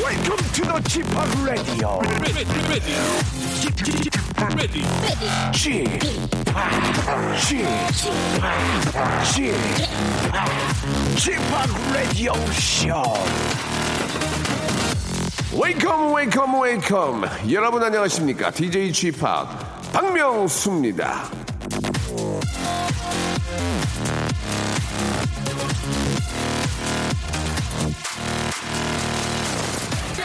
Welcome to the Chip Radio. Chip Chip Radio Show. 웨이컴 웨이컴 웨이컴 여러분 안녕하십니까 DJ g p 박명수입니다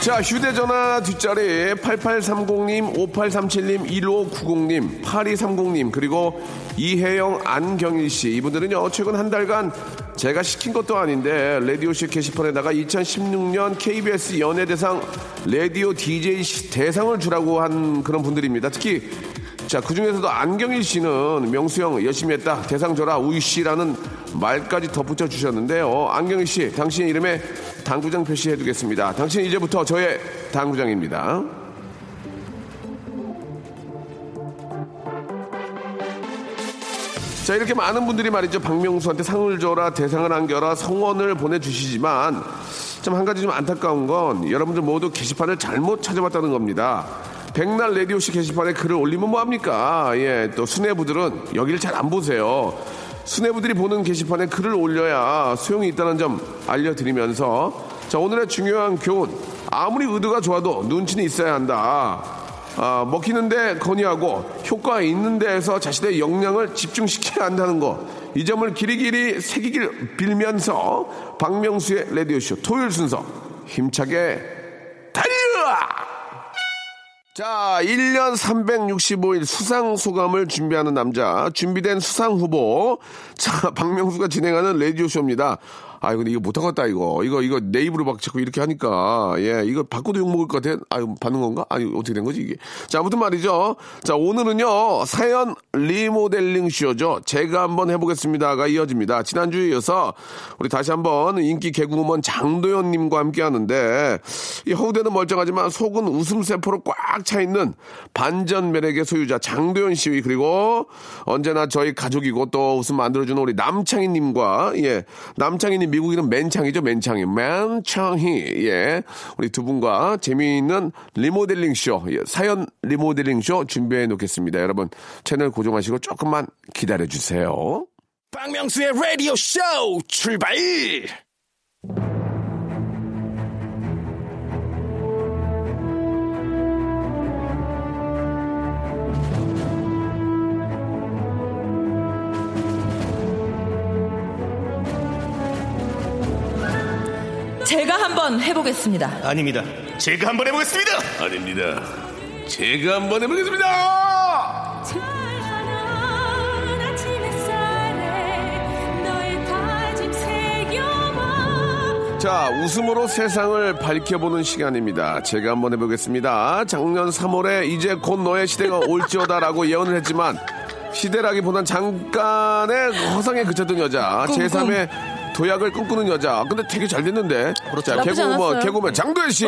자 휴대전화 뒷자리 8830님 5837님 1590님 8230님 그리고 이혜영 안경일씨 이분들은요 최근 한 달간 제가 시킨 것도 아닌데 라디오쇼 게시판에다가 2016년 KBS 연예대상 라디오 DJ 시- 대상을 주라고 한 그런 분들입니다 특히 자, 그 중에서도 안경일 씨는 명수형 열심히 했다. 대상 줘라. 우유 씨라는 말까지 덧붙여 주셨는데요. 안경일 씨, 당신의 이름에 당구장 표시해두겠습니다. 당신 이제부터 저의 당구장입니다. 자 이렇게 많은 분들이 말이죠 박명수한테 상을 줘라 대상을 안겨라 성원을 보내주시지만 참 한 가지 좀 안타까운 건 여러분들 모두 게시판을 잘못 찾아봤다는 겁니다. 백날 레디오씨 게시판에 글을 올리면 뭐합니까? 예, 또 수뇌부들은 여기를 잘 안 보세요. 수뇌부들이 보는 게시판에 글을 올려야 소용이 있다는 점 알려드리면서 자 오늘의 중요한 교훈 아무리 의도가 좋아도 눈치는 있어야 한다. 아, 먹히는데 건의하고 효과가 있는 데에서 자신의 역량을 집중시켜야 한다는 거. 이 점을 길이길이 새기길 빌면서 박명수의 라디오쇼 토요일 순서 힘차게 달려! 자, 1년 365일 수상 소감을 준비하는 남자, 준비된 수상 후보. 자, 박명수가 진행하는 라디오쇼입니다. 아, 근데 이거 못하겠다, 이거. 이거, 이거 내 입으로 막 자꾸 이렇게 하니까. 예, 이거 바꿔도 욕먹을 것 같아. 아, 이거 받는 건가? 아니, 어떻게 된 거지, 이게. 자, 아무튼 말이죠. 자, 오늘은요, 사연 리모델링 쇼죠. 제가 한번 해보겠습니다가 이어집니다. 지난주에 이어서 우리 다시 한번 인기 개그우먼 장도연님과 함께 하는데, 이 허우대는 멀쩡하지만 속은 웃음세포로 꽉 차 있는 반전 매력의 소유자 장도연 씨, 그리고 언제나 저희 가족이고 또 웃음 만들어주는 우리 남창희님과, 예, 남창희님 미국인은 맨창이죠, 맨창이. 맨창희, 예. 우리 두 분과 재미있는 리모델링 쇼, 예, 사연 리모델링 쇼 준비해 놓겠습니다. 여러분, 채널 고정하시고 조금만 기다려 주세요. 박명수의 라디오 쇼 출발! 제가 한번 해보겠습니다. 아닙니다. 제가 한번 해보겠습니다. 아닙니다. 제가 한번 해보겠습니다! 자, 웃음으로 세상을 밝혀보는 시간입니다. 제가 한번 해보겠습니다. 작년 3월에 이제 곧 너의 시대가 올지어다라고 예언을 했지만 시대라기보단 잠깐의 허상에 그쳤던 여자, 꿈꿈. 제3의 도약을 꿈꾸는 여자. 근데 되게 잘 됐는데. 자, 그렇죠. 나쁘지 개그우먼, 않았어요. 네. 개그우먼 장도현 씨.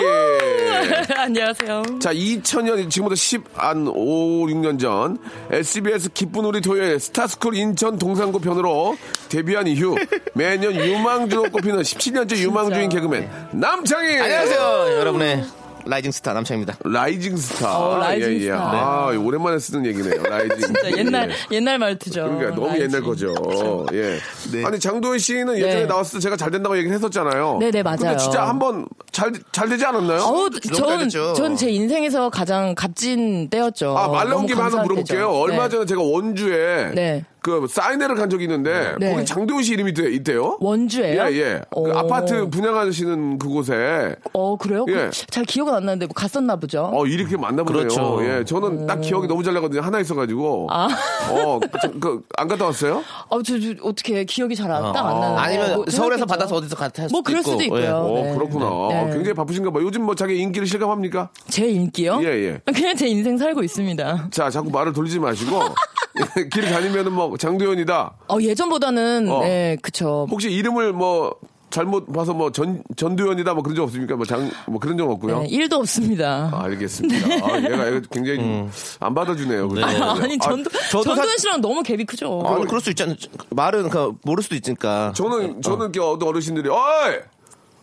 안녕하세요. 자, 2000년, 지금부터 10, 한 5, 6년 전, SBS 기쁜 우리 토요일 스타스쿨 인천 동산구 편으로 데뷔한 이후 매년 유망주로 꼽히는 17년째 유망주인 개그맨 남창희! 안녕하세요 여러분의 라이징 스타 남창입니다 라이징 스타. 어, 라이징 예, 예. 스타. 아, 오랜만에 쓰는 얘기네요. 라이징. 진짜 옛날 예. 옛날 말투죠. 그러니까 너무 라이징. 옛날 거죠. 예. 네. 아니 장도현 씨는 예전에 네. 나왔을 때 제가 잘 된다고 얘기를 했었잖아요. 네, 네, 맞아요. 근데 진짜 한번 잘, 잘 되지 않았나요? 어우, 잘 전, 됐죠. 전 제 인생에서 가장 값진 때였죠. 아, 말 나온 어, 너무 김에 하나 감사한 물어볼게요. 때죠. 얼마 네. 전에 제가 원주에 네. 그 사인회를 간 적이 있는데 네. 거기 장도연 씨 이름이 있대- 있대요. 원주예요? 예, 예. 그 어. 아파트 분양하시는 그곳에 어 그래요? 예. 그- 잘 기억은 안 나는데 뭐 갔었나 보죠. 어 이렇게 만나보네요. 그렇죠. 예, 음. 저는 딱 기억이 너무 잘 나거든요. 하나 있어가지고. 어, 그안 갔다 왔어요? 아, 저, 저 어떻게 기억이 잘 안 딱 안 어. 나는데. 아니면 뭐 서울에서 생각했죠. 받아서 어디서 갔다 할 뭐 수도 그럴 수도 있고, 예. 있고요. 어, 네. 그렇구나. 어, 네. 굉장히 바쁘신가 봐. 요즘 뭐 자기 인기를 실감합니까? 제 인기요? 예, 예. 그냥 제 인생 살고 있습니다. 자, 자꾸 말을 돌리지 마시고. 길 다니면은 뭐 장도연이다. 어, 예전보다는 어. 예, 그쵸. 혹시 이름을 뭐 잘못 봐서 뭐 전 전두현이다 뭐 그런 적 없습니까? 뭐 장 뭐 그런 적 없고요. 네, 일도 없습니다. 아, 알겠습니다. 아, 얘가, 얘가 굉장히 음. 안 받아주네요. 그죠? 아, 니 전도 저도 전도현 사- 씨랑 너무 갭이 크죠. 아니, 어, 그럴 수 있잖아. 말은 그 모를 수도 있으니까. 저는 저는 이렇게 어떤 어르신들이 어이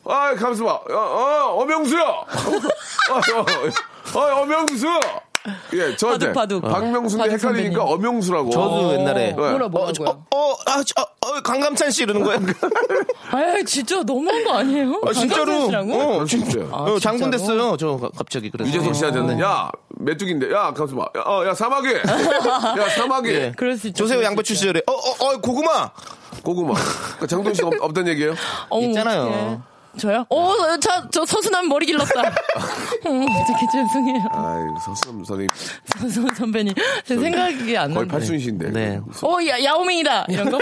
어이 가만있어 봐. 어, 어 어명수야. 어, 어, 어, 어명수. 예, 저한테 바둑, 바둑. 박명수인데 바둑 선배님. 헷갈리니까 어명수라고. 예. 저도 옛날에 어, 뭐라 어, 저- 뭐라고요? 어, 어, 아, 저, 어, 어, 강감찬 씨 이러는 거야. 아, 진짜 너무한 거 아니에요? 아, 진짜로. 강강찬 씨라고? 어, 그럴 수 있어요. 아. 어, 장군 진짜로? 됐어요. 저 가- 갑자기 그래서. 유재석 음. 씨한테는 야 메뚜기인데 야 가만있어 봐. 야, 어, 야 사마귀. 야 사마귀. 예. 그럴 수 있죠. 조세호 그럴 수 양배추 있죠. 시절에 어, 어, 어, 고구마. 고구마. 그러니까 장동 씨가 없, 없단 얘기예요? 어머, 있잖아요. 어떡해. 저요? 어, 저, 저 서수남 머리 길렀다. 어, 되게 죄송해요. 아이 서수남 선생님 서수남 선배님. 제 생각이 안 거의 나는데. 팔순신데. 네. 어, 야, 야오밍이다. 이런 거?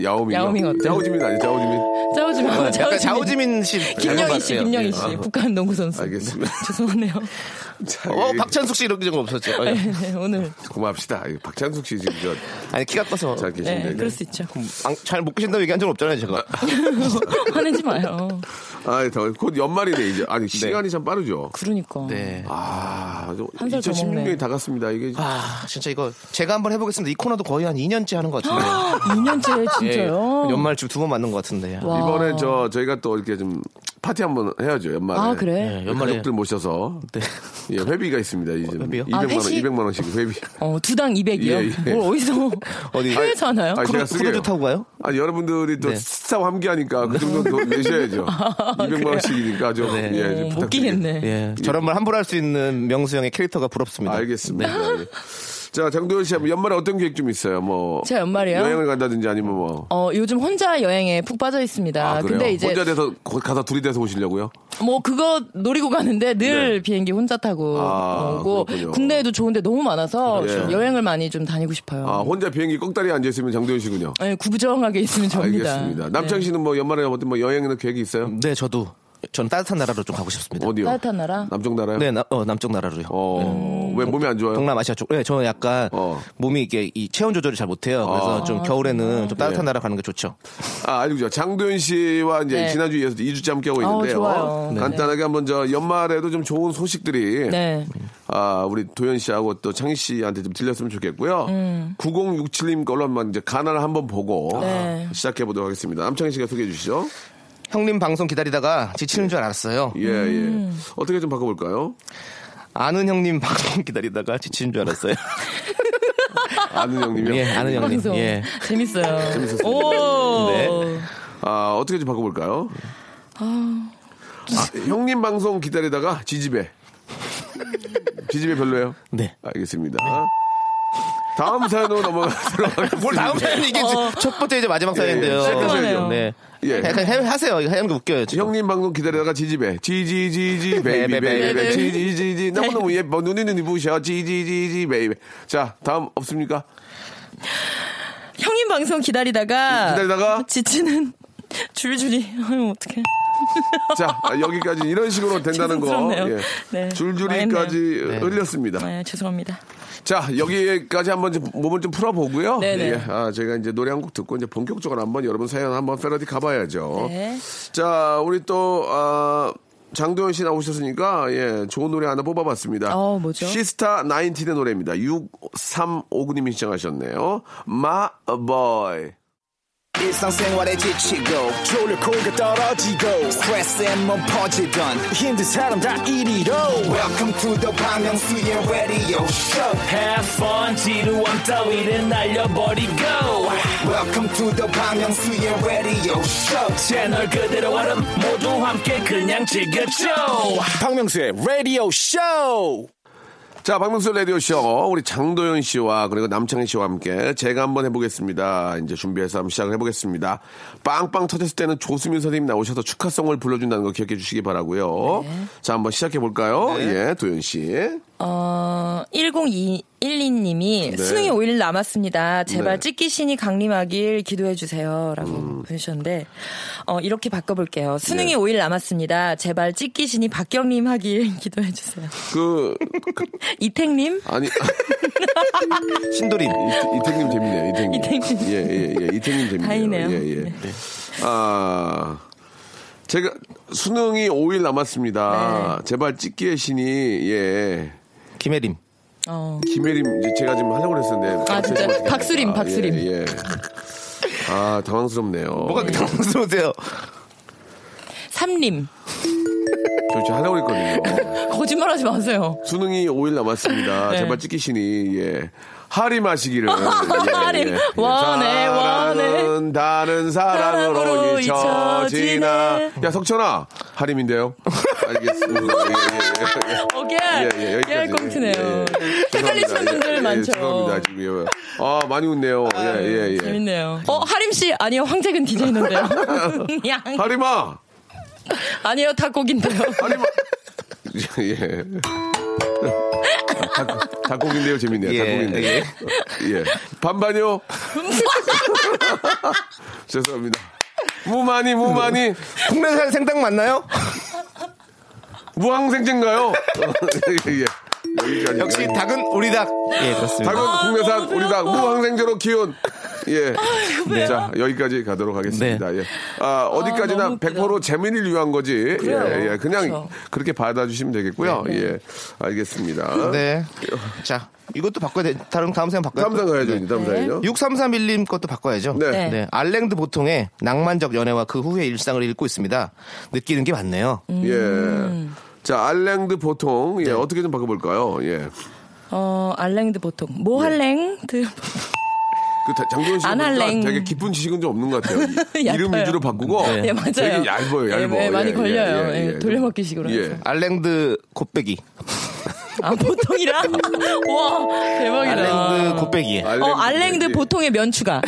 야오밍. 야오밍 어때요? 자오지민 아니 자오지민. 짜오지마. 아, 약간 자오지민 씨. 닮은 것 어, 김영희 씨, 같아요. 김영희 예. 씨. 북한 농구 선수. 알겠습니다. 죄송하네요. 자, 어, 예, 박찬숙 씨 이런 게 없었죠. 어, 예. 아니, 네, 오늘. 고맙시다. 예, 박찬숙 씨 지금 저 아니, 키가 커서. 음, 잘 계신데. 네, 그럴 수 있죠. 잘 못 계신다고 얘기한 적 없잖아요, 제가. 화내지 마요. 아, 더, 곧 연말이네 이제. 아니 시간이 참 빠르죠. 그러니까. 네. 아, 한살더 2016년이 먹네. 다 갔습니다. 이게 아, 진짜 이거 제가 한번 해보겠습니다. 이 코너도 거의 한 2년째 하는 것 같은데. 2년째 예, 아, 진짜요? 연말 지금 두 번 맞는 것 같은데. 와. 이번에 저 저희가 또 이렇게 좀 파티 한번 해야죠 연말에. 아, 그래? 예, 연말에. 가족들 모셔서 네. 예, 회비가 있습니다. 이제 회비요? 200만 아, 원, 회식? 200만 원씩 그 회비. 어, 두당 200이요? 예, 예. 뭘 어디서 어디? 해외에서 하나요? 아니, 제가 크루- 크루즈 쓰게요. 타고 가요? 아니 여러분들이 또 네. 스타와 함께하니까 그 정도 돈 내셔야죠. 아, 200만 원씩이니까 좀 네. 예, 좀 어, 못 부탁드리겠- 끼겠네. 예. 저런 말 함부로 할 수 있는 명수 형의 캐릭터가 부럽습니다. 알겠습니다. 네. 예. 자, 장도연 씨, 뭐 연말에 어떤 계획 좀 있어요? 뭐 제 연말이요? 여행을 간다든지 아니면 뭐. 어, 요즘 혼자 여행에 푹 빠져 있습니다. 아, 그래요? 근데 이제 혼자 돼서 거- 가서 둘이 돼서 오시려고요? 뭐 그거 노리고 가는데 늘 비행기 혼자 타고 네. 아, 오고 그렇군요. 국내에도 좋은데 너무 많아서 그렇죠. 좀 여행을 많이 좀 다니고 싶어요. 아, 혼자 비행기 꺽다리에 앉아 있으면 장도연 씨군요. 네, 구부정하게 있으면 접니다. 네. 알겠습니다. 남창 씨는 뭐 연말에 어떤 뭐 여행이나 계획이 있어요? 네, 저도. 전 따뜻한 나라로 좀 가고 싶습니다. 어디요? 따뜻한 나라? 남쪽 나라요? 네, 나- 어, 남쪽 나라로요. 어, 네. 왜 몸이 안 좋아요? 동남아시아 쪽. 네, 저는 약간 어. 몸이 이게 이 체온 조절이 잘 못해요. 그래서 좀 겨울에는 예. 좀 따뜻한 나라 가는 게 좋죠. 아, 알죠. 장도연 씨와 이제 네. 지난주 이어서 2주째 함께 하고 아우, 있는데요. 좋아요. 네. 간단하게 한번 저 연말에도 좀 좋은 소식들이 네. 아, 우리 도현 씨하고 또 창희 씨한테 좀 들렸으면 좋겠고요. 9067님 걸로 한번 이제 가나를 한번 보고 음. 네. 시작해 보도록 하겠습니다. 남창희 씨가 소개해 주시죠. 형님 방송 기다리다가 지치는 줄 알았어요. 예, 음. 예. 어떻게 좀 바꿔볼까요? 아는 형님 방송 기다리다가 지치는 줄 알았어요. 아는 형님이요? 예, 아는 형님. 방송 예. 재밌어요. 재밌었습니다. 오. 네. 아, 어떻게 좀 바꿔볼까요? 아, 형님 방송 기다리다가 지지배. 지지배 별로예요? 네. 알겠습니다. 다음 사연으로 넘어가도록 하겠습니다. 뭘 다음 사연 이게 어. 첫 번째 이제 마지막 예, 사연인데요. 깔끔하네요. 네. 예. 약간 해, 하세요. 이거 하는 게 웃겨요. 지금. 형님 방송 기다리다가 지지배. 지지지지 네, 베이비 베이비. 지지지지 너무너무 예뻐. 눈이 눈이 부셔. 지지지지 베이비. 자, 다음 없습니까? 형님 방송 기다리다가 기다리다가? 지치는 줄줄이 아유 어떡해. 자, 아, 여기까지 이런 식으로 된다는 거. 예. 죄송스럽네요. 네, 줄줄이까지 흘렸습니다. 아, 죄송합니다. 자, 여기까지 한번 좀 몸을 좀 풀어보고요. 네네. 예, 아, 저희가 이제 노래 한 곡 듣고 이제 본격적으로 한번 여러분 사연 한번 페러디 가봐야죠. 네. 자, 우리 또, 아, 장도연 씨 나오셨으니까, 예, 좋은 노래 하나 뽑아봤습니다. 어, 뭐죠? 시스타 나인틴의 노래입니다. 6359님이 시청하셨네요. 마, 어, 보이. 일상생활에 지치고, 졸려 코가 떨어지고, 스트레스에 몸 퍼지던, 힘든 사람 다 이리로. welcome to the Bang Myung-soo's radio show Have fun 지루한 따위를 날려버리고 welcome to the Bang Myung-soo's radio show 채널 그대로 와름 모두 함께 그냥 즐겨줘 박명수의 라디오 쇼. 자, 박명수 라디오쇼, 우리 장도연 씨와 그리고 남창희 씨와 함께 제가 한번 해보겠습니다. 이제 준비해서 한번 시작을 해보겠습니다. 빵빵 터졌을 때는 조수민 선생님 나오셔서 축하송을 불러준다는 거 기억해 주시기 바라고요 자, 한번 시작해볼까요? 예, 도연 씨. 어, 10212님이 수능이 5일 남았습니다. 제발 네. 음. 찢기신이 강림하길 기도해주세요. 라고 보내주셨는데, 어, 이렇게 네. 바꿔볼게요. 수능이 5일 남았습니다. 제발 찢기신이 박경림 하길 기도해주세요. 그, 이택님? 아니, 신도림. 이- 이택님 재밌네요, 이택님. 이택님. 예, 예, 예, 이택님 재밌네요. 다행이네요. 예, 예. 아, 제가 수능이 5일 남았습니다. 제발 찢기의 신이, 예. 김혜림. 어. 김혜림 이제 제가 지금 하려고 했었는데 아, 진짜요? 박수림, 박수림. 아, 예, 예. 아 당황스럽네요. 뭐가 그렇게 당황스러우세요? 삼림. 저 지금 하려고 했거든요. 거짓말 하지 마세요. 수능이 5일 남았습니다. 네. 제발 찍히시니 예. 하리 마시기를 예, 하림. 원해, 원해. 사랑은 다른 사랑으로 사랑으로 잊혀지나 잊혀지네. 야 석천아 하림인데요. 알겠습니다. 예, 예, 예. 오케이. 예, 예, 여기까지. 깨알 꽁트네요. 예, 예. 헷갈리시는 죄송합니다. 분들 예, 예, 많죠. 죄송합니다. 지금, 예. 아, 많이 웃네요. 예, 예, 예. 재밌네요. 어, 하림씨, 아니요, 황재근 디제이인데요. 양. 하림아! 아니요, 닭고기인데요. 하림아! 예. 아, 닭- 닭고기인데요, 재밌네요. 예, 닭고기인데요. 예. 예. 반반요? 뭐? 죄송합니다. 무마니, 무마니, 국내산 생닭 맞나요? 무항생제인가요? 예, 예. 여기까지. 역시 닭은 우리 닭. 예, 그렇습니다. 닭은 국내산, 우리 닭, 무항생제로 키운. 예. 배워. 자, 여기까지 가도록 하겠습니다. 예. 아, 아, 어디까지나 너무 100% 재미를 위한 거지. 예, 그래요. 예. 그냥 그렇죠. 그렇게 받아주시면 되겠고요. 예. 알겠습니다. 네. 자, 이것도 바꿔야 돼. 다른 다음 사연 바꿔야 다음 상 가야죠. 이제 다음 상이죠. 6331님 것도 바꿔야죠. 네. 네. 알랭드 보통의 낭만적 연애와 그 후의 일상을 읽고 있습니다. 느끼는 게 많네요. 예. 음. 자, 알랭드 보통. 네. 예, 어떻게 좀 바꿔볼까요? 예. 어, 알랭드 보통. 뭐 할랭드 보통. 그 다- 장도연 씨 안할랭. 되게 깊은 지식은 좀 없는 것 같아요. 이- 이름 얕아요. 위주로 바꾸고 예, 맞아요. 되게 얇아요, 예, 얇아. 예, 예, 많이 예, 걸려요. 예, 예, 예, 예. 돌려막기식으로 예. 해서. 알랭드 곱빼기. 아, 보통이라? 와, 아. 대박이다. 알랭드 곱빼기. 어, 예, 알랭드 보통의 면추가.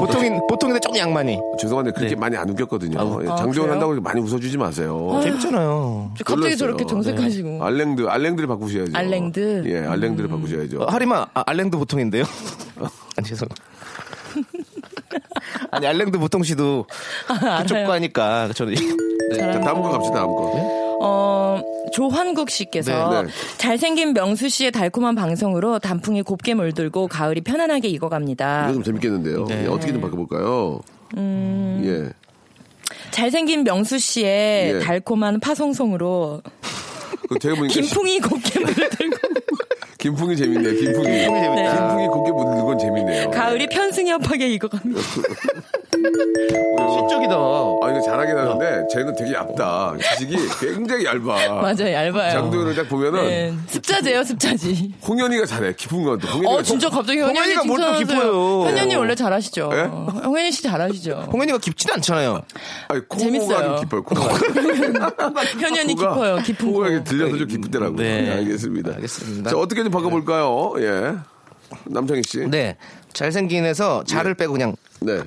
보통인 보통인데 조금 양만이. 죄송한데 그렇게 많이 안 웃겼거든요. 예, 네. 아, 장도연 그래요? 한다고 이렇게 많이 웃어주지 마세요. 재밌잖아요. 갑자기 놀랐어요. 네. 저렇게 정색하시고. 알랭드, 알랭드를 바꾸셔야죠. 알랭드? 음. 예, 알랭드를 바꾸셔야죠. 어, 하리마 아, 알랭드 보통인데요. 아, 죄송. 아니 알랭드 보통 씨도 그쪽 과니까 저는 자, 다음 거 갑시다, 다음 거. 어, 조환국 네, 씨께서 네. 잘생긴 명수 씨의 달콤한 방송으로 단풍이 곱게 물들고 가을이 편안하게 익어갑니다. 이거 좀 재밌겠는데요. 네. 예, 어떻게 좀 바꿔볼까요? 음. 예. 잘생긴 명수 씨의 예. 달콤한 파송송으로 그 제가 보니까 김풍이 곱게 물들고 김풍이 재밌네요. 김풍이. 김풍이 재밌다. 곱게 묻는 건 재밌네요. 가을이 편승엽하게 익어갑니다. 쪽이다. 아, 이거 잘하긴 하는데 쟤는 되게 얇다. 지식이 굉장히 얇아. 맞아요, 얇아요. 장도연을 딱 보면은 네, 습자재요, 습자지. 홍현이가 잘해. 깊은 것도. 홍현이가 어, 진짜 갑자기 현현이 홍현이가 뭘또 깊어요. 현현이 원래 잘하시죠. 예? 어, 홍현이 씨 잘하시죠. 홍현이가 깊지는 않잖아요. 아니, 코가 재밌어요. 좀 깊어요. 코가. 현현이 깊어요, 깊은 코가 이렇게 거. 들려서 좀 깊더라고요. 네. 네, 알겠습니다. 알겠습니다. 자, 어떻게 좀 바꿔볼까요? 예. 남창희 씨. 네. 잘생긴에서 자를 빼고 그냥 네.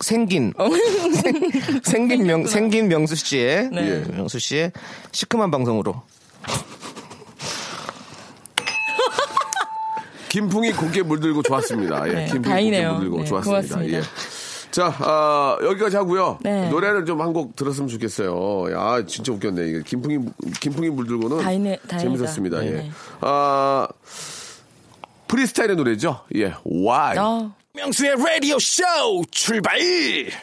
생긴 어. 아, 생- 생긴 명 생긴 명수 씨의 네. 예. 명수 씨의 시큼한 방송으로 김풍이 곱게 물들고 좋았습니다. 예. 네, 김풍이 다행이네요. 곱게 물들고 네, 좋았습니다. 고맙습니다. 예. 자, 아, 여기까지 하고요. 네. 노래를 좀 한 곡 들었으면 좋겠어요. 아, 진짜 웃겼네. 이게 김풍이 김풍이 물들고는 다행이- 다행이다. 재밌었습니다. 네. 예. 아, 프리스타일의 노래죠. 예. Why? 어, 명수의 라디오 쇼 출발.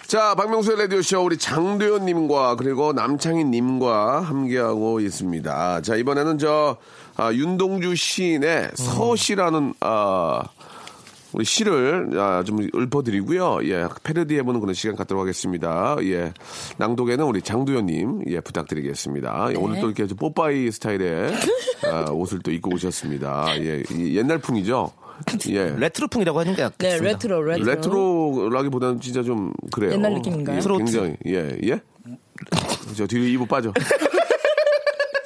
자, 박명수의 라디오쇼 우리 장도연님과 그리고 남창희님과 함께하고 있습니다. 자, 이번에는 저, 아, 윤동주 시인의 서시라는, 아, 우리 시를 아, 좀 읊어드리고요. 예, 패러디해보는 그런 시간 갖도록 하겠습니다. 예, 낭독에는 우리 장도연님, 예, 부탁드리겠습니다. 예, 오늘 또 이렇게 좀 뽀빠이 스타일의 아, 옷을 또 입고 오셨습니다. 예, 이 옛날 풍이죠? 예. 레트로풍이라고 하는 게 네, 낫겠습니다. 레트로, 레트로. 레트로라기보다는 진짜 좀 그래요. 옛날 느낌인가요? 예, 트로트. 굉장히 예 예. 저 뒤로 2부 빠져.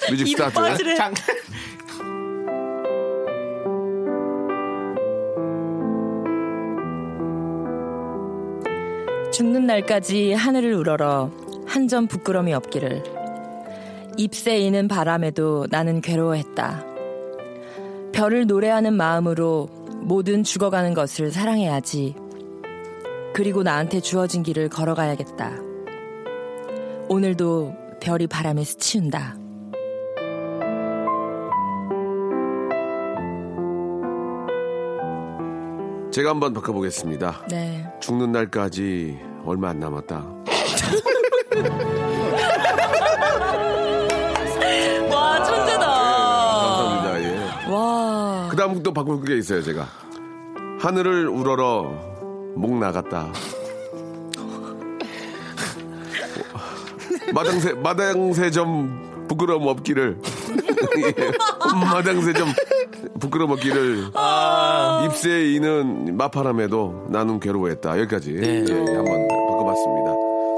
뮤직 입 스타트. 빠지래. 장 죽는 날까지 하늘을 우러러 한 점 부끄럼이 없기를 잎새 이는 바람에도 나는 괴로워했다. 별을 노래하는 마음으로 모든 죽어가는 것을 사랑해야지. 그리고 나한테 주어진 길을 걸어가야겠다. 오늘도 별이 바람에 스치운다. 제가 한번 바꿔보겠습니다. 네. 죽는 날까지 얼마 안 남았다. 와, 천재다. 감사합니다. 예. 와. 그 다음 또 바꿀 게 있어요, 제가. 하늘을 우러러 목 나갔다. 마당새, 마당새 좀 부끄러움 없기를. 예. 마당새 좀 부끄러움 없기를. 입새에 이는 마파람에도 나는 괴로워했다. 여기까지. 네. 예, 한번 바꿔봤습니다.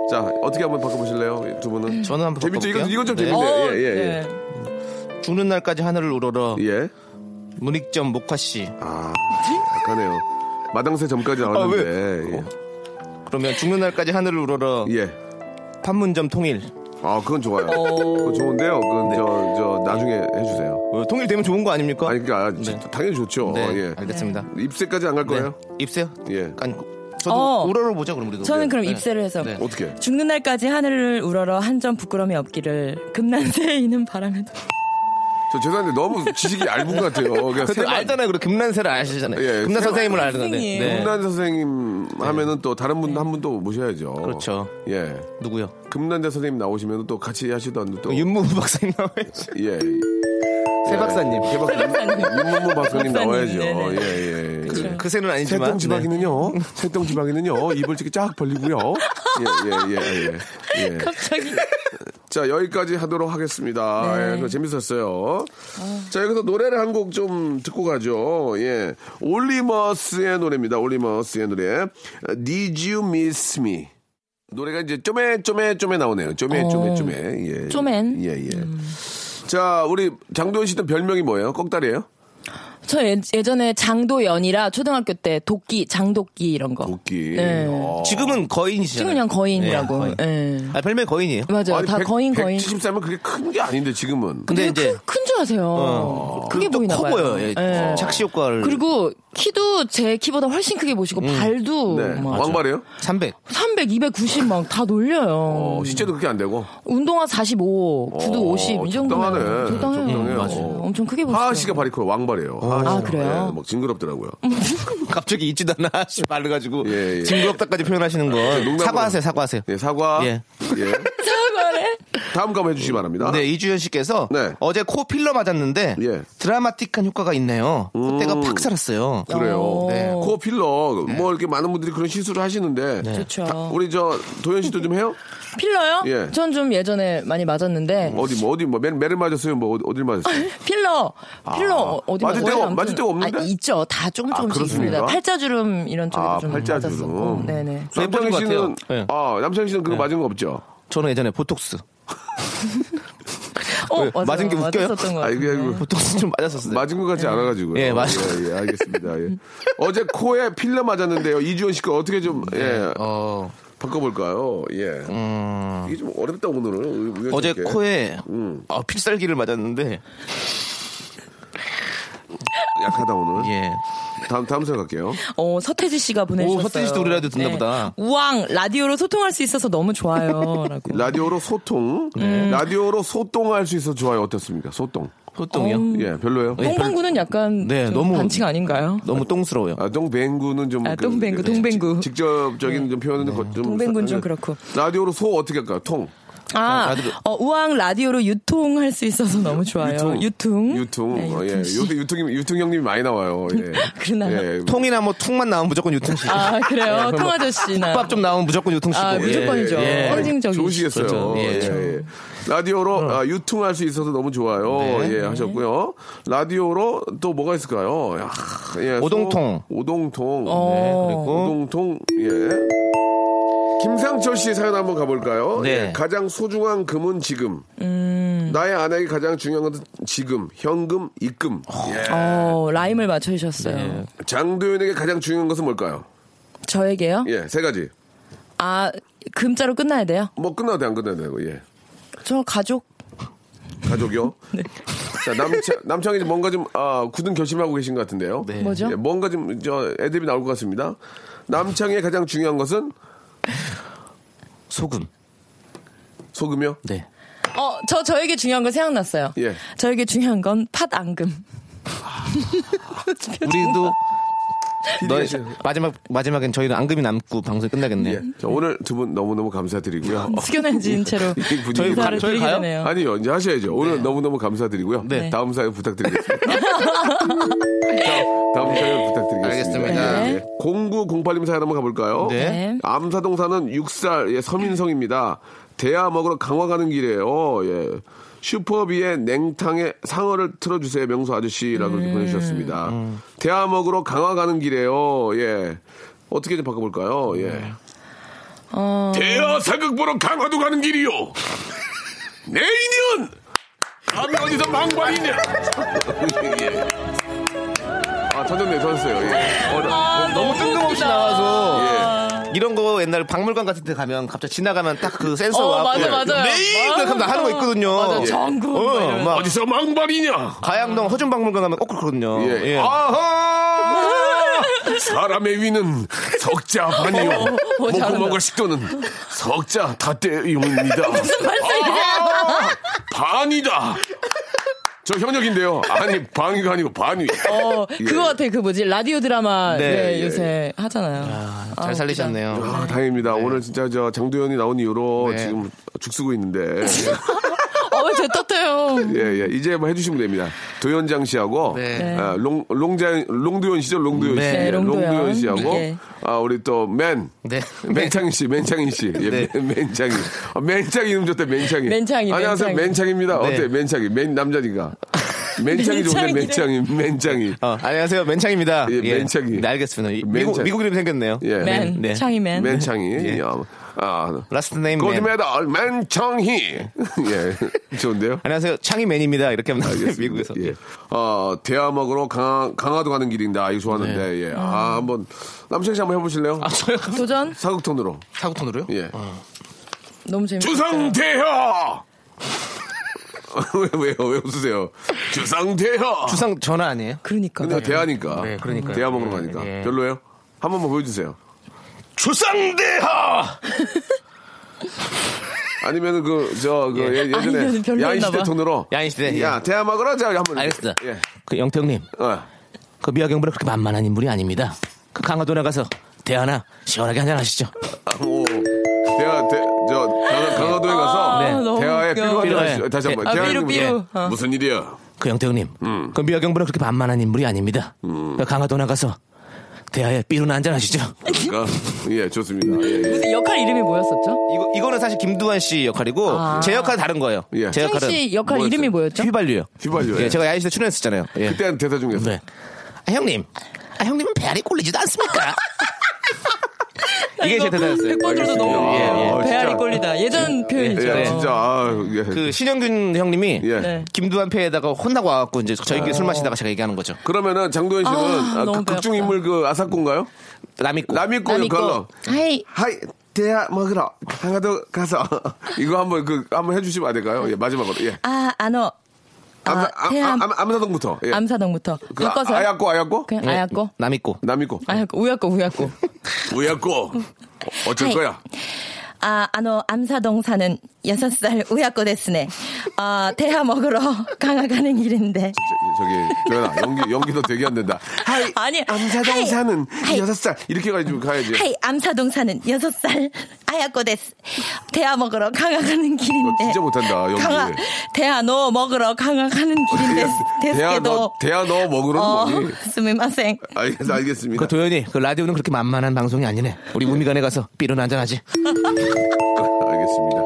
자, 어떻게 한번 바꿔보실래요? 두 분은? 저는 한번 재밌죠? 이건, 바꿔볼게요. 이건 좀 네. 네. 재밌네요. 예, 예, 예. 네. 죽는 날까지 하늘을 우러러 예. 문익점 목화 씨. 아, 약하네요. 마당새 점까지 아, 나왔는데. 어, 그러면 죽는 날까지 하늘을 우러러 예. 예. 판문점 통일. 아, 그건 좋아요. 그건 좋은데요. 그건 저, 저, 나중에 해주세요. 네. 어, 통일되면 좋은 거 아닙니까? 아니, 그니까, 당연히 좋죠. 네, 어, 예. 알겠습니다. 입새까지 안 갈 네. 거예요? 입세요? 예. 그러니까 아니, 저도 어. 우러러 보자 그럼 우리도. 저는 네. 그럼 네. 입세를 해서 네. 어떻게? 죽는 날까지 하늘을 우러러 한 점 부끄럼이 없기를 금난새에 이는 바람에도 저 죄송한데 너무 지식이 얇은 것 같아요. 그냥 그래도 세마- 알잖아요. 그리고 금난세를 아시잖아요. 예, 금난 세마- 선생님을 알았는데. 네. 금난 선생님 하면은 또 다른 분 한 분 또 모셔야죠. 그렇죠. 예. 누구요? 금난대 선생님 나오시면 또 같이 하시던 또. 그 윤무부 박사님 나와야지. 예. 세 박사님. 예. 대박. 윤문무 박사님 나와야죠. 네네. 예, 예. 예. 그렇죠. 그, 그 새는 아니지만. 새똥 네. 지방이는요. 새똥 지방이는요. 입을 이렇게 쫙 벌리고요. 예, 예, 예, 예. 예. 갑자기 자, 여기까지 하도록 하겠습니다. 네. 예, 그거 재밌었어요. 자, 여기서 노래를 한 곡 좀 듣고 가죠. 예. 올리머스의 노래입니다. 올리머스의 노래. Did you miss me? 노래가 이제 쪼매, 쪼매, 쪼매 나오네요. 쪼매, 쪼매, 쪼매. 예. 어. 쪼맨. 예, 예. 자, 우리 장도현 씨는 별명이 뭐예요? 꺽다리예요 저 예, 예전에 장도연이라 초등학교 때 도끼 장도끼 이런 거 도끼. 네. 어. 지금은 거인이시잖아요. 지금 그냥 거인이라고 예, 거인. 예. 아, 별명 거인이에요. 맞아요 다 거인 거인 그, 173은 그게 큰 게 아닌데 지금은. 근데 이제 어, 큰 줄 아세요 크게 또 보이나 커 봐요 보여요. 예. 예. 착시 효과를 그리고 키도 제 키보다 훨씬 크게 보시고 발도 네. 막 왕발이에요? 300. 300, 290 막 다 놀려요 어, 음. 시체도 그렇게 안 되고. 운동화 45, 구두 어, 50, 이 정도면 적당하네. 적당해요. 음, 적당해요. 맞아요. 어. 엄청 크게 보시죠. 하하 씨가 발이 커요. 왕발이에요. 하하 아, 씨가. 그래요? 음. 예, 막 징그럽더라고요. 갑자기 있지도 않아. 씨 말려가지고 예, 예. 징그럽다까지 표현하시는 건 농담으로. 사과하세요. 사과하세요. 예, 사과. 예. 예. 사과래? 다음 거 한번 해주시기 바랍니다. 네, 이주현 씨께서 아. 네. 어제 코 필러 맞았는데 예. 음. 드라마틱한 효과가 있네요. 콧대가 팍 살았어요. 아. 그래요. 네. 네. 코 필러 뭐 이렇게 많은 분들이 그런 시술을 하시는데 좋죠. 다- 우리 저 도현 씨도 좀 해요? 필러요? 예. 전 좀 예전에 많이 맞았는데 어디 뭐 어디 뭐 매를, 매를 맞았어요? 뭐 어디- 어딜 맞았어요? 필러 필러 어- 어디 아, 맞을 맞아요? 데가- 아무튼- 맞을 데가 없는데? 아, 있죠. 다 조금 아, 조금씩 있습니다. 그렇습니까? 팔자주름 이런 쪽에도 아 좀 팔자주름. 맞았었고. 네네. 남창희 예쁜 것 씨는 같아요. 네. 아 남창희 씨는 그거 맞은 거 없죠? 저는 예전에 보톡스. 어, 왜? 맞은 게 웃겨요? 맞았었던 것 아 이게 같은데. 음. 보톡스 좀 네. 맞았었어요. 맞은 것 같지 않아가지고요. 예, 맞- 예, 예, 알겠습니다. 예. 어제 코에 필러 맞았는데요. 이주원 씨거 어떻게 좀 네. 예, 어, 바꿔볼까요? 예. 음. 이게 좀 어렵다 오늘은. 의- 의외로 어제 이렇게. 코에 음. 아, 필살기를 맞았는데 약하다 오늘. 예. 다음 다음 사연 갈게요. 어, 서태지 씨가 보내주셨어요. 네. 오, 서태지 씨도 우리 라디오 듣나 보다. 우왕 라디오로 소통할 수 있어서 너무 좋아요라고. 라디오로 소통. 네. 라디오로 소통할 수 있어 좋아요. 어떻습니까? 소통. 소똥이요. 음. 어. 예, 별로예요. 예, 별- 똥방구는 약간 네, 좀 너무- 반칙 아닌가요? 너무 똥스러워요. 아, 동뱅구는 좀. 아, 그- 동뱅구, 그- 동뱅구. 네. 직- 직접적인 좀 표현은 거- 좀. 동뱅구는 사- 좀 예. 그렇고. 라디오로 소 어떻게 할까요? 통. 아, 라디오- 어, 우왕 라디오로 유통할 수 있어서 너무 좋아요. 유통. 유통. 네, 어, 예. 유통 씨. 요새 유통, 유통 형님이 많이 나와요. 예. 그러나요? 예. 통이나 뭐 퉁만 나오면 무조건 유통식. 아, 그래요? 통아저씨나. 국밥 좀 나오면 무조건 유통식이고. 아, 무조건이죠. 어. 예, 예. 상징적인. 좋으시겠어요. 그렇죠. 예. 예, 예. 라디오로 아, 유통할 수 있어서 너무 좋아요. 네. 예, 하셨고요. 라디오로 또 뭐가 있을까요? 야, 예, 소- 오동통. 오동통. 네, 어. 그리고 오동통. 예. 김상철 씨 사연 한번 가볼까요? 네. 예, 가장 소중한 금은 지금. 음. 나의 아내에게 가장 중요한 것은 지금. 현금, 입금. 예. 어, 라임을 맞춰주셨어요. 장도연에게 가장 중요한 것은 뭘까요? 저에게요? 예, 세 가지. 아, 금자로 끝나야 돼요? 뭐 끝나도 돼, 안 끝나도 되고, 예. 저 가족. 가족이요? 네. 자, 남창, 남창이 이제 뭔가 좀, 아, 굳은 결심하고 계신 것 같은데요. 네. 뭐죠? 예, 뭔가 좀, 저, 애들이 나올 것 같습니다. 남창의 가장 중요한 것은 소금. 소금이요? 네. 어, 저 저에게 중요한 거 생각났어요. 예. 저에게 중요한 건 팥안금. 우리도 너 씨. 마지막 마지막엔 저희는 앙금이 남고 방송이 끝나겠네요. 아, 예. 자, 오늘 두 분 너무너무 감사드리고요. 숙연해진 채로 이 분위기. 저희 가- 인사를 저희 드리게 가요? 되네요. 예. 아니요, 이제 하셔야죠. 오늘 너무너무 감사드리고요. 네. 다음 사연 부탁드리겠습니다. 자, 다음 사연 부탁드리겠습니다. 알겠습니다. 네. 예. 0908님 사연 한번 가볼까요? 네. 네. 암사동 사는 6살 예, 서민성입니다. 대야 먹으러 강화 가는 길이에요. 예. 슈퍼비의 냉탕에 상어를 틀어주세요, 명수 아저씨라고 음. 이렇게 보내주셨습니다. 대야 먹으러 강화 가는 길이에요. 예. 어떻게 좀 바꿔볼까요? 예. 어. 대야 사극 보러 강화도 가는 길이요. 내 인연 감이 어디서 망발이냐? 예. 아 터졌네, 터졌어요. 예. 어, 나- 뭐- 아, 너무 뜬금없이 아. 예. 예. 나와서 이런 거 옛날 박물관 같은 데 가면 갑자기 지나가면 딱 그 센서 어, 와 맞아, 예. 맞아요. 네이 이렇게 하면서 하는 거 있거든요. 맞아, 전국. 막 어, 이러면서. 막 어디서 망발이냐? 가양동 허준박물관 가면 꼭 그렇거든요. 예. 예. 아하! 사람의 위는 석자 반이요. 어, 잘한다. 목구멍과 식도는 석자 다대용입니다. 무슨 말씀이세요? 반이다. 저 현역인데요. 아니 반이가 아니고 반위. 어, 예. 그거 같아. 그 뭐지? 라디오 드라마 네, 네, 예, 요새 하잖아요. 잘 살리셨네요. 아, 다행입니다. 오늘 진짜 저 장도연이 나온 이후로 네. 지금 죽 쓰고 있는데. 어, 왜제 떴대요? 예, 예. 이제 뭐 해주시면 됩니다. 도연장 씨하고, 네. 네. 아, 롱, 롱자, 롱도연 씨죠? 롱도연 네, 씨. 예, 롱도연. 씨하고, 네. 아, 우리 또 맨. 네. 맨창희 씨, 맨창희 씨. 예, 네. 맨- 맨창희. 아, 맨창희 이름 좋다, 맨창희. 맨창희, 안녕하세요, 맨창희. 맨창입니다. 네. 어때, 맨창희. 맨, 남자니까. 맨창이 좋은데, 맨창희, 맨창이래. 맨창희. 어, 안녕하세요. 맨창입니다. 예, 맨창이. 네, 알겠습니다. 이- 맨창. 미국, 미국 이름 생겼네요. 예. 맨, 네. 창이맨. 맨창희. 야, 아, 라스트 네임 맨. 골드메달, 맨창희. 예. 좋은데요? 안녕하세요. 창이맨입니다. 이렇게 하면 나와요, 알겠습니다. 미국에서. 예. 어, 대화먹으러 강화, 강화도 가는 길인데, 아이 좋아하는데, 예. 아, 한번, 남창씨 한번 해보실래요? 네. 아, 어. 저요? 도전? 사극톤으로. 사구톤으로요? 예. 너무 재밌어. 주상대하! 왜, 왜요? 왜 웃으세요? 주상대하! 주상 전화 아니에요? 그러니까. 근데 대하니까. 네, 그러니까요. 대화 먹으러 가니까. 예. 별로예요? 한 번만 보여주세요. 주상대하 아니면은 그, 저, 그, 예. 아니면은 전에 별로였나 야인시대 봐. 톤으로. 야인시대, 예. 야, 대화 먹으러 자, 한번. 알겠습니다. 예. 그 영태 형님, 어. 그 미화경보다 그렇게 만만한 인물이 아닙니다. 그 강화도에 가서 대하나 시원하게 한잔 하시죠. 오. 대화, 대, 저, 강- 강화도에 가서. 네. 아, 너무 대화에 웃겨. 삐로 한잔 삐로에. 하시죠. 다시 한 번. 아, 대화 삐로, 삐로. 어. 무슨 일이야? 그 영태 형님, 음. 그 미화경보다 그렇게 만만한 인물이 아닙니다. 그 강화도에 가서 대하에 삐루나 한잔 하시죠. 그러니까. 예, 좋습니다. 예, 예. 무슨 역할 이름이 뭐였었죠? 이거, 이거는 사실 김두한 씨 역할이고 제 역할은 다른 거예요. 예. 제 창희 역할은 아. 씨 역할 뭐였어요? 이름이 뭐였죠? 휘발유요. 휘발유요. 예, 제가 야인시대 출연했었잖아요. 예. 그때 한 대사 중에서. 네. 아, 형님. 아, 형님은 배알이 꼴리지도 않습니까? 이게 제 대사였어요. 예, 100번 들어도 너무 알겠습니다. 웃겨요. 아, 배알이 진짜. 꼴리다. 예전 표현이죠. 예, 진짜, 아, 예. 그 신영균 형님이 예. 아. 네. 김두한 패에다가 혼나고 와갖고 이제 저희끼리 술 마시다가 제가 얘기하는 거죠. 그러면은 장도현 씨는 아, 아, 너무 그 극중 배웠다. 인물 그 아사코인가요? 남이고 남이꼬 남이꼬. 역할로. 그 하이. 하이 대야 먹으러 강화도 가서 이거 한번 그 한번 해주시면 안 될까요? 예 마지막으로 예. 아, 안어. 암사, 아, 태암. 암, 사동부터 예. 암사동부터. 그 아, 바꿔서. 아야꼬 아야꼬 예. 그냥 아야꼬. 남이고 남이꼬 아야꼬. 우야꼬, 우야꼬. 우야꼬 어쩔 하이. 그 거야? 아, 아노 암사동 사는 여섯 살 우야꼬 데스네. 아, 대하 먹으러 강화 가는 길인데. 저, 기 조연아 연기 연기도 되게 안 된다. 하이 아니, 암사동 하이, 사는 하이. 여섯 살 이렇게 가지고 가야지. 하이, 암사동 사는 여섯 살 아야꼬 데스. 대하 먹으러 강화 가는 길인데. 너 어, 진짜 못한다, 연기. 어, 강화, 대하 너 먹으러 강화 가는 길인데. 대야 너 데스게도. 대야 너 먹으러 어, 는 거니? 스미마생. 알겠, 알겠습니다. 그 도현이 그 라디오는 그렇게 만만한 방송이 아니네. 우리 우미관에 가서 삐로 한잔 하지. 알겠습니다. 알겠습니다.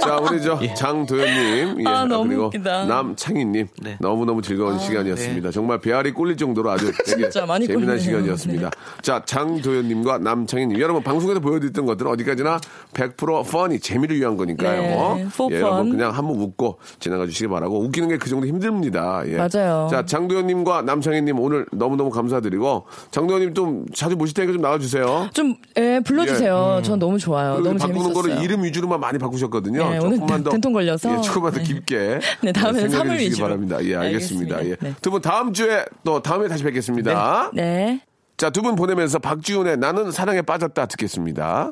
자, 우리 저 장도현님, 예, 아, 너무 그리고 웃기다. 아, 네. 남창희님, 네. 너무너무 즐거운 시간이었습니다. 정말 배알이 꿀릴 정도로 아주 되게 진짜 많이 재미난 꿀리네요. 시간이었습니다. 자, 장도현님과 남창희님, 여러분 방송에서 보여드렸던 것들은 어디까지나 100% 펀이 재미를 위한 거니까요. 네, for 예, 여러분 fun. 그냥 한번 웃고 지나가 주시기 바라고 웃기는 게 그 정도 힘듭니다. 예. 맞아요. 자, 장도현님과 남창희님 오늘 너무너무 감사드리고 장도현님 좀 자주 모실 테니까 좀 나와주세요. 좀 예, 불러주세요. 전 너무 좋아요. 너무 음. 그 바꾸는 재밌었어요. 거를 이름 위주로만 많이 바꾸셨거든요. 네, 오늘 조금만 더 된통 걸려서. 예, 조금만 더 네. 깊게 네, 생각해 다음에는 사물 주시기 위주로. 바랍니다. 예, 알겠습니다. 알겠습니다. 네. 두 분 다음 주에 또 다음에 다시 뵙겠습니다. 네. 자, 두 분 보내면서 박지훈의 나는 사랑에 빠졌다 듣겠습니다.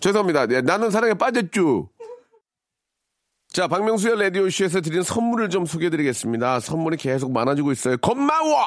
죄송합니다. 네, 나는 사랑에 빠졌죠. 자, 박명수의 라디오쇼에서 드린 선물을 좀 소개해드리겠습니다. 선물이 계속 많아지고 있어요. 고마워!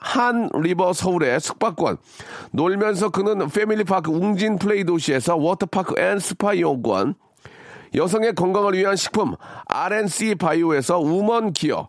한 리버 서울의 숙박권, 놀면서 그는 패밀리파크 웅진 플레이 도시에서 워터파크 앤 스파 이용권, 여성의 건강을 위한 식품 RNC 바이오에서 우먼 기어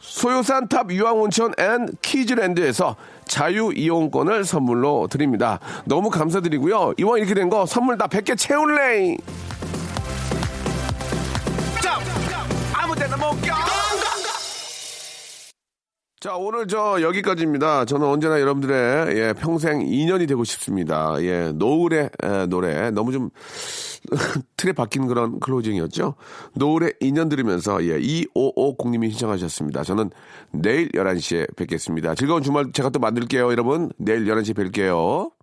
소요산 탑 유황온천 앤 키즈랜드에서 자유 이용권을 선물로 드립니다. 너무 감사드리고요. 이왕 이렇게 된 거 선물 다 100개 채울래! 자, 오늘 저 여기까지입니다. 저는 언제나 여러분들의 예, 평생 인연이 되고 싶습니다. 예, 노을의 에, 노래. 너무 좀 틀에 박힌 그런 클로징이었죠. 노을의 인연 들으면서 예, 2550님이 신청하셨습니다. 저는 내일 11시에 뵙겠습니다. 즐거운 주말 제가 또 만들게요, 여러분. 내일 11시에 뵐게요.